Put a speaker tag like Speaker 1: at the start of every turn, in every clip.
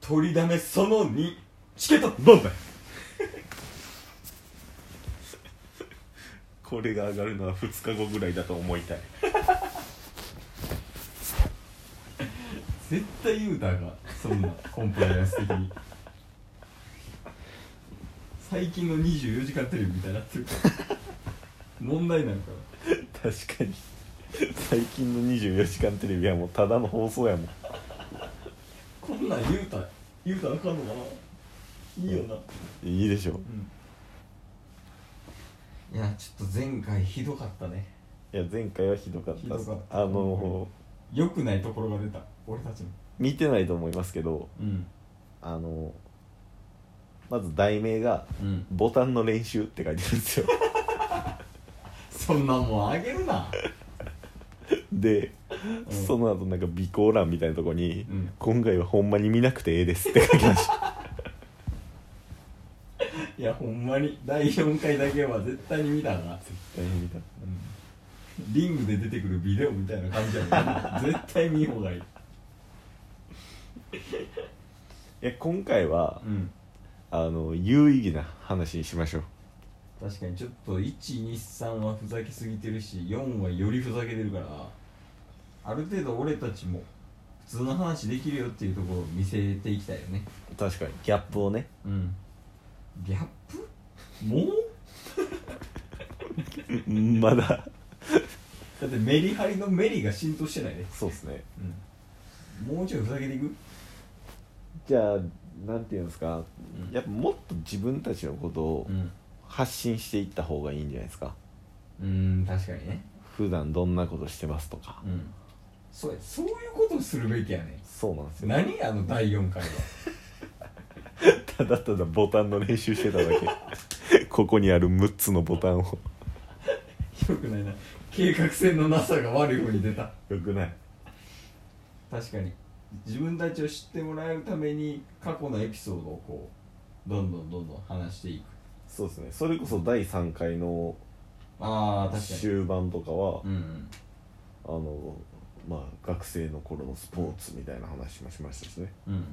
Speaker 1: 取りだめその2チケット
Speaker 2: どんだ これが上がるのは2日後ぐらいだと思いたい
Speaker 1: 絶対言うたらあかんそ んなコンプライアンス的に最近の24時間テレビみたいになってるから問題なんか
Speaker 2: 確かに最近の『24時間テレビ』はもうただの放送やもん
Speaker 1: こんなん言うた言うたらあかんのかないいよな、
Speaker 2: いいでしょ
Speaker 1: いやちょっと前回ひどかったね
Speaker 2: いや前回はひどかったっ
Speaker 1: ひ
Speaker 2: す
Speaker 1: どかった
Speaker 2: あの
Speaker 1: 良くないところが出た俺たちの
Speaker 2: 見てないと思いますけど
Speaker 1: うん
Speaker 2: あのまず題名が
Speaker 1: うん
Speaker 2: 「ボタンの練習」って書いてるん ですよ
Speaker 1: そんなもんあげるな
Speaker 2: で、
Speaker 1: うん
Speaker 2: その後なんか備考欄みたいなとこに、
Speaker 1: うん
Speaker 2: 今回はほんまに見なくてええです」って書き ました
Speaker 1: いやほんまに第4回だけは絶対に見たな
Speaker 2: 大変見た
Speaker 1: リングで出てくるビデオみたいな感じやもん 絶対見んほうがいい
Speaker 2: いや今回は、
Speaker 1: ん
Speaker 2: あの有意義な話にしましょう
Speaker 1: 確かにちょっと123はふざけすぎてるし4はよりふざけてるからある程度俺たちも普通の話できるよっていうところを見せていきたいよね
Speaker 2: 確かにギャップをね
Speaker 1: うんギャップもう
Speaker 2: まだ
Speaker 1: だってメリハリのメリが浸透してないね、
Speaker 2: そうですね
Speaker 1: うん、もうちょいふざけていく
Speaker 2: じゃあなんていうんですか、
Speaker 1: うん
Speaker 2: やっぱもっと自分たちのことを
Speaker 1: うん
Speaker 2: 発信していった方がいいんじゃないですか
Speaker 1: うん確かにね
Speaker 2: 普段どんなことしてますとか、
Speaker 1: うんそうやそういうことをするべきやね
Speaker 2: そうなんですよ
Speaker 1: 何あの第4回は
Speaker 2: ただただボタンの練習してただけ ここにある6つのボタンを
Speaker 1: よくないな計画性のなさが悪い方に出た
Speaker 2: よくない
Speaker 1: 確かに自分たちを知ってもらえるために過去のエピソードをこうどんどんどんどん話していく
Speaker 2: そうですねそれこそ第3回の
Speaker 1: ああ確かに
Speaker 2: 終盤とかは
Speaker 1: うんうん
Speaker 2: あのまあ学生の頃のスポーツみたいな話もしましたしね
Speaker 1: うんうん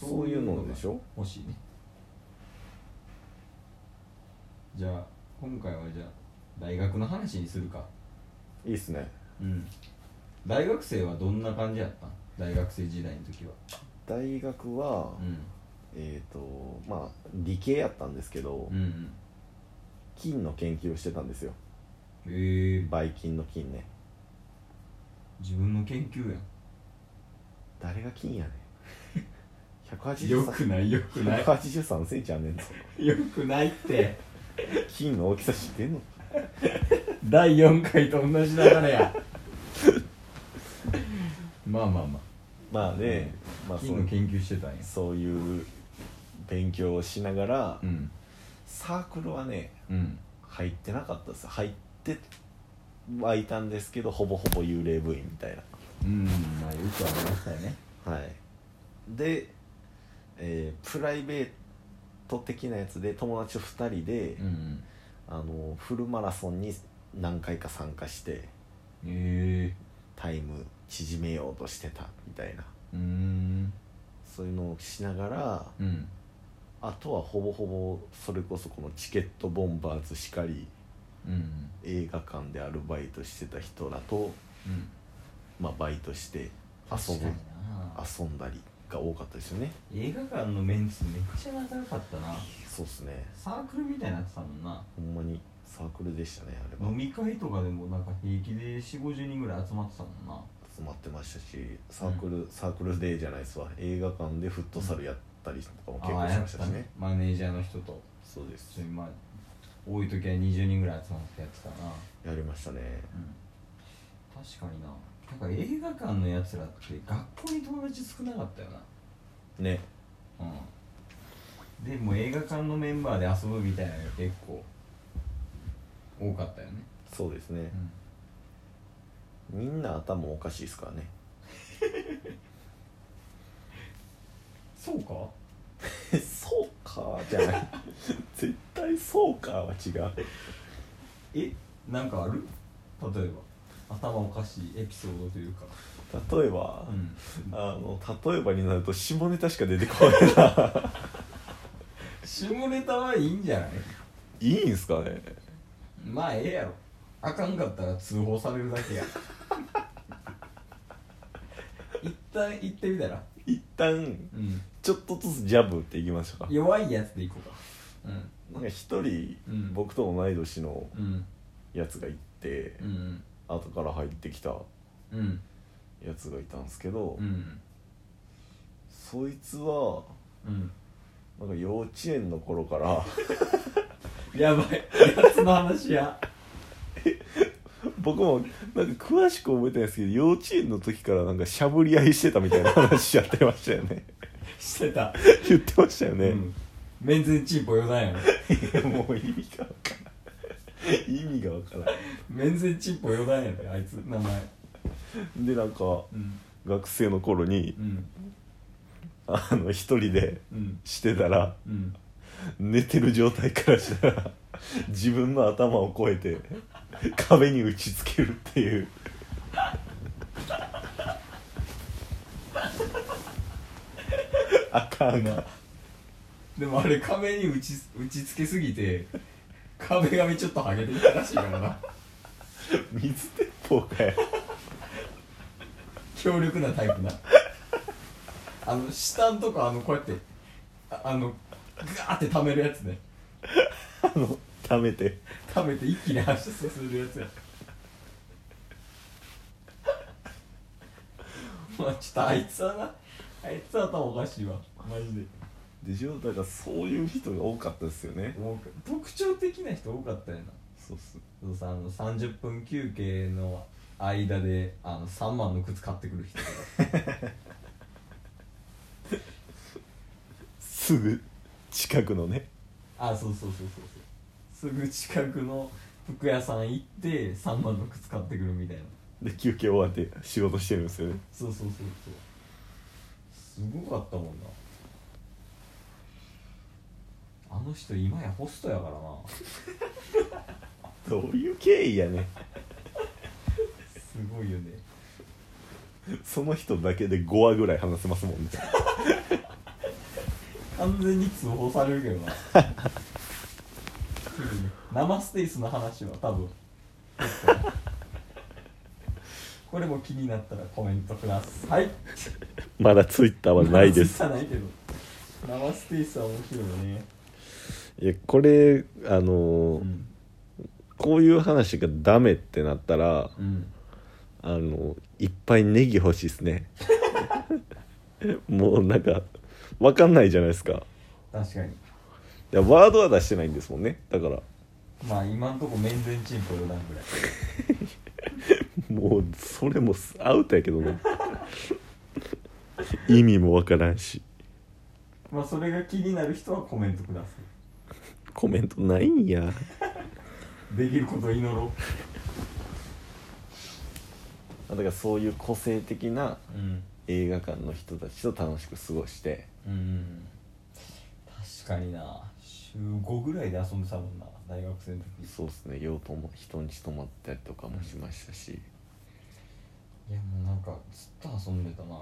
Speaker 2: そういうのでしょ
Speaker 1: 欲しいねじゃあ今回はじゃあ大学の話にするか
Speaker 2: いいっすね
Speaker 1: うん大学生はどんな感じやったん大学生時代の時は
Speaker 2: 大学は、
Speaker 1: う
Speaker 2: えっ、とまあ理系やったんですけど、
Speaker 1: んうん
Speaker 2: 菌の研究をしてたんですよ
Speaker 1: うんへえ
Speaker 2: ばい菌の菌ね
Speaker 1: 自分の研究やん
Speaker 2: 誰が菌やね ん
Speaker 1: よ
Speaker 2: 183
Speaker 1: くないよくない
Speaker 2: 183センチあんねんぞ
Speaker 1: よくないって
Speaker 2: 菌の大きさ知ってんの
Speaker 1: 第4回と同じ流れやまあまあま
Speaker 2: まあね、ま
Speaker 1: あ
Speaker 2: あそ
Speaker 1: 金の
Speaker 2: う
Speaker 1: 研究してたんや
Speaker 2: そういう勉強をしながら、
Speaker 1: うん
Speaker 2: サークルはね
Speaker 1: うん
Speaker 2: 入ってなかったです入ってはいたんですけどほぼほぼ幽霊部員みたい
Speaker 1: うんまあよくありましたよね
Speaker 2: なはいで、えープライベート的なやつで友達と2人で、
Speaker 1: ん
Speaker 2: あのフルマラソンに何回か参加して
Speaker 1: へえ
Speaker 2: タイム縮めようとしてたみたいな
Speaker 1: うーん
Speaker 2: そういうのをしながら
Speaker 1: うん
Speaker 2: あとはほぼほぼそれこそこのチケットボンバーズしかり
Speaker 1: うん
Speaker 2: 映画館でアルバイトしてた人らと、
Speaker 1: うん
Speaker 2: まあ、バイトして遊
Speaker 1: 確
Speaker 2: ぶ
Speaker 1: かにな
Speaker 2: 遊んだりが多かったですよね
Speaker 1: 映画館のメンツめっちゃ仲良かったな
Speaker 2: そうっすね
Speaker 1: サークルみたいになってたもんな
Speaker 2: ほんまにサークルでしたねあれは
Speaker 1: 飲み会とかでもなんか平気で4 5 0人ぐらい集まってたもんな
Speaker 2: 集まってましたしサークル、サークルデーじゃないっすわ映画館でフットサルやったりとかも結構しましたし
Speaker 1: あーやっ
Speaker 2: ね
Speaker 1: マネージャーの人と
Speaker 2: そうです
Speaker 1: ちょいまあ多い時は20人ぐらい集まってやってたな、
Speaker 2: やりましたね
Speaker 1: 確かにななんか映画館のやつらって学校に友達少なかったよな
Speaker 2: ね
Speaker 1: うんでも映画館のメンバーで遊ぶみたいなのが結構多かったよね、
Speaker 2: そうですね、みんな頭おかしいですからね
Speaker 1: そうか
Speaker 2: えそうかじゃない 絶対そうかは違う
Speaker 1: えなんかある例えば頭おかしいエピソードというか、
Speaker 2: 例えば、
Speaker 1: うん、
Speaker 2: あの例えばになると下ネタしか出てこな いな
Speaker 1: 下ネタはいいんじゃない
Speaker 2: いいんすかね
Speaker 1: まあええやろあかんかったら通報されるだけや 一旦行ってみたら、
Speaker 2: 一旦
Speaker 1: うん、
Speaker 2: ちょっとずつジャブっていきましょうか
Speaker 1: 弱いやつで行こうか
Speaker 2: なんか一人、
Speaker 1: うん
Speaker 2: 僕と同い年の
Speaker 1: うんうん
Speaker 2: やつが行って、
Speaker 1: うん
Speaker 2: 後から入ってきた
Speaker 1: うん
Speaker 2: やつがいたんですけど、
Speaker 1: うん
Speaker 2: そいつは
Speaker 1: うん
Speaker 2: なんか幼稚園の頃から
Speaker 1: やばいやつの話や
Speaker 2: 僕もなんか詳しく覚えてないですけど幼稚園の時からなんかしゃぶり合いしてたみたいな話しちゃってましたよね
Speaker 1: してた、
Speaker 2: 言ってましたよね、
Speaker 1: うん、面前チンポ余談やろ
Speaker 2: いやもう意味がわからん意味がわから
Speaker 1: 面前チンポ余談やであいつ名前
Speaker 2: んでなんか
Speaker 1: うん
Speaker 2: 学生の頃に
Speaker 1: うん
Speaker 2: あの一人で
Speaker 1: うん
Speaker 2: してたら
Speaker 1: うん
Speaker 2: 寝てる状態からしたら自分の頭を越えて壁に打ちつけるっていうあかんな
Speaker 1: でもあれ壁に打ち打ちつけすぎて壁紙ちょっとハゲてきたらしいからな
Speaker 2: 水鉄砲かよ
Speaker 1: 強力なタイプなあの下んとこあのこうやってああのガーって溜めるやつね
Speaker 2: あの溜めて
Speaker 1: 溜めて一気に発出するやつや まあちょっとあいつはなあいつは頭おかしいわマジで
Speaker 2: でしょだからそういう人が多かったですよね
Speaker 1: 多か特徴的な人多かったよな
Speaker 2: そうっす
Speaker 1: そうさあの30分休憩の間であの3万の靴買ってくる人とか
Speaker 2: すぐ近くのね
Speaker 1: あそうそうそうそうそうすぐ近くの服屋さん行って3万の靴買ってくるみたいな
Speaker 2: で休憩終わって仕事してるんですよね
Speaker 1: そうそうそうそうすごかったもんなあの人今やホストやからな
Speaker 2: どういう経緯やね
Speaker 1: すごいよね
Speaker 2: その人だけで5話ぐらい話せますもんね
Speaker 1: 完全に通報されるけどな すぐに生ステイスの話は多分 これも気になったらコメントください
Speaker 2: まだツイッターはないです
Speaker 1: まあツイッターないけど生ステイスは面白いよね
Speaker 2: いやこれあのー
Speaker 1: うん
Speaker 2: こういう話がダメってなったら
Speaker 1: うん
Speaker 2: あのーいっぱいネギ欲しいっすね もうなんかわかんないじゃないですか
Speaker 1: 確かに
Speaker 2: いやワードは出してないんですもんねだから
Speaker 1: まあ今んとこ面前チンポ余談ぐらい
Speaker 2: もうそれもアウトやけどね 意味もわからんし
Speaker 1: まあそれが気になる人はコメントくださ
Speaker 2: コメントないんや
Speaker 1: いできることを祈ろ
Speaker 2: だからそういう個性的な
Speaker 1: ううん
Speaker 2: 映画館の人たちと楽しく過ごして
Speaker 1: うん確かにな週5ぐらいで遊んでたもんな大学生の時
Speaker 2: そうですね用途も人に泊まったりとかもしましたし
Speaker 1: いやもうなんかずっと遊んでたな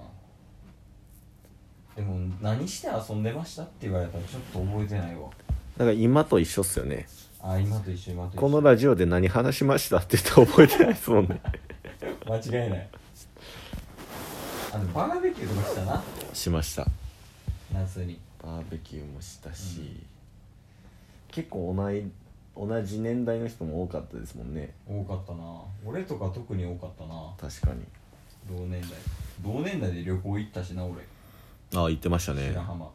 Speaker 1: でも何して遊んでましたって言われたらちょっと覚えてないわ
Speaker 2: だから今と一緒っすよね
Speaker 1: あ今と一緒今と一緒
Speaker 2: このラジオで何話しましたって言って覚えてないですもんね
Speaker 1: 間違いないあのバーベキューとかしたな
Speaker 2: しました
Speaker 1: 夏に
Speaker 2: バーベキューもしたし、結構同い同じ年代の人も多かったですもんね
Speaker 1: 多かったな俺とか特に多かったな
Speaker 2: 確かに
Speaker 1: 同年代同年代で旅行行ったしな俺
Speaker 2: ああ言ってましたね
Speaker 1: 白浜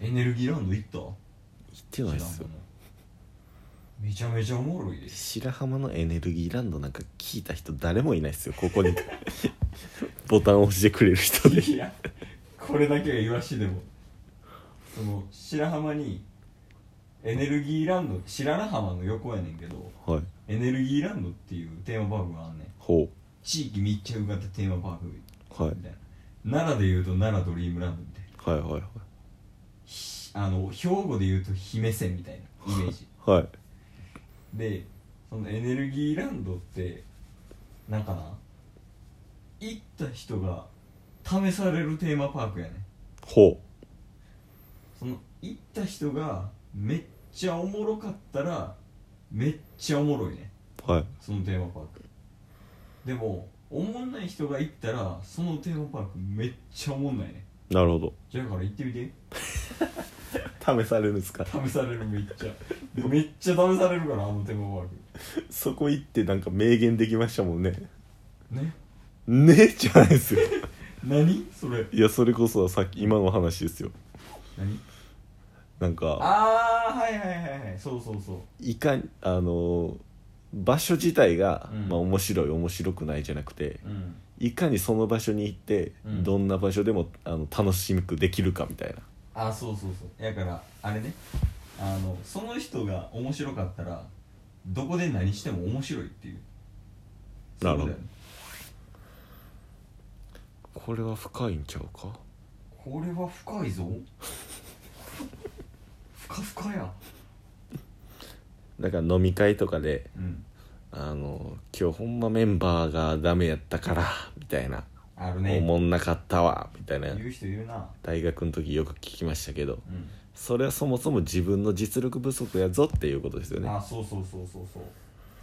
Speaker 1: エネルギーランド行った
Speaker 2: 言ってないっす
Speaker 1: 白浜
Speaker 2: よ
Speaker 1: のめちゃめちゃおもろいです
Speaker 2: 白浜のエネルギーランドなんか聞いた人誰もいないっすよここ にボタンを押してくれる人で
Speaker 1: いやこれだけは言わしてでもその白浜にエネルギーランド白良浜の横やねんけど
Speaker 2: はい
Speaker 1: エネルギーランドっていうテーマパークがあんねん
Speaker 2: ほ
Speaker 1: 地域密着型テーマパークみ
Speaker 2: うはい
Speaker 1: たいな奈良でいうと奈良ドリームランドみたいな
Speaker 2: はいはいはい
Speaker 1: ひあの兵庫でいうと姫線みたいなイメージ
Speaker 2: はい
Speaker 1: でそのエネルギーランドってなんかな行った人が試されるテーマパークやね
Speaker 2: ほ
Speaker 1: その行った人がめっちゃおもろかったらめっちゃおもろいね
Speaker 2: うはい
Speaker 1: そのテーマパークでもおもんない人が行ったらそのテーマパークめっちゃおもんないね
Speaker 2: なるほ
Speaker 1: じゃあだから行ってみて
Speaker 2: ど試されるんですか
Speaker 1: 試されるめっちゃめっちゃ試されるからあのテーマパー
Speaker 2: そこ行ってなんか明言できましたもんね
Speaker 1: クね
Speaker 2: ねえじゃないですよ
Speaker 1: 何それ
Speaker 2: いやそれこそさっき今の話ですよ
Speaker 1: 何
Speaker 2: なんか
Speaker 1: ああはいはいはいはいそうそうそう
Speaker 2: いかにあのー場所自体が、
Speaker 1: うん
Speaker 2: まあ、面白い面白くないじゃなくて
Speaker 1: うん
Speaker 2: いかにその場所に行って、
Speaker 1: うん
Speaker 2: どんな場所でもあの楽しくできるかみたいな
Speaker 1: あそうそうそうやからあれねあのその人が面白かったらどこで何しても面白いっていう
Speaker 2: なる
Speaker 1: そ
Speaker 2: ほど
Speaker 1: うだよね
Speaker 2: これは深いんちゃうか
Speaker 1: これは深いぞ ふかふかや
Speaker 2: だから飲み会とかで
Speaker 1: うん
Speaker 2: あの今日ほんまメンバーがダメやったからみたいな、
Speaker 1: ある
Speaker 2: お
Speaker 1: ね
Speaker 2: もんなかったわみたいな
Speaker 1: 言う人いるな
Speaker 2: 大学の時よく聞きましたけど
Speaker 1: うん
Speaker 2: それはそもそも自分の実力不足やぞっていうことですよね
Speaker 1: あそうそうそうそうそう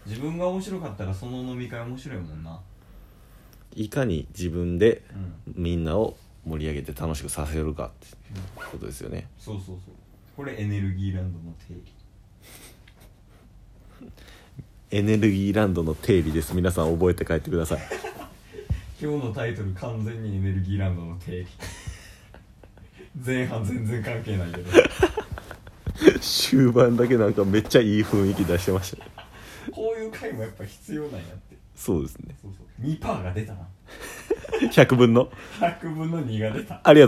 Speaker 1: 自分が面白かったらその飲み会面白いもんない
Speaker 2: かに自分で
Speaker 1: うん
Speaker 2: みんなを盛り上げて楽しくさせるかってことですよね
Speaker 1: そうそうそうこれエネルギーランドの定義
Speaker 2: エネルギーランドの定理です皆さん覚えて帰ってください
Speaker 1: 今日のタイトル完全にエネルギーランドの定義前半全然関係ないけど
Speaker 2: 終盤だけなんかめっちゃいい雰囲気出してましたね
Speaker 1: こういう回もやっぱ必要なんやって
Speaker 2: そうですね
Speaker 1: そうそう2%が出たな
Speaker 2: 100分の
Speaker 1: 100分の2が出た
Speaker 2: ありがとう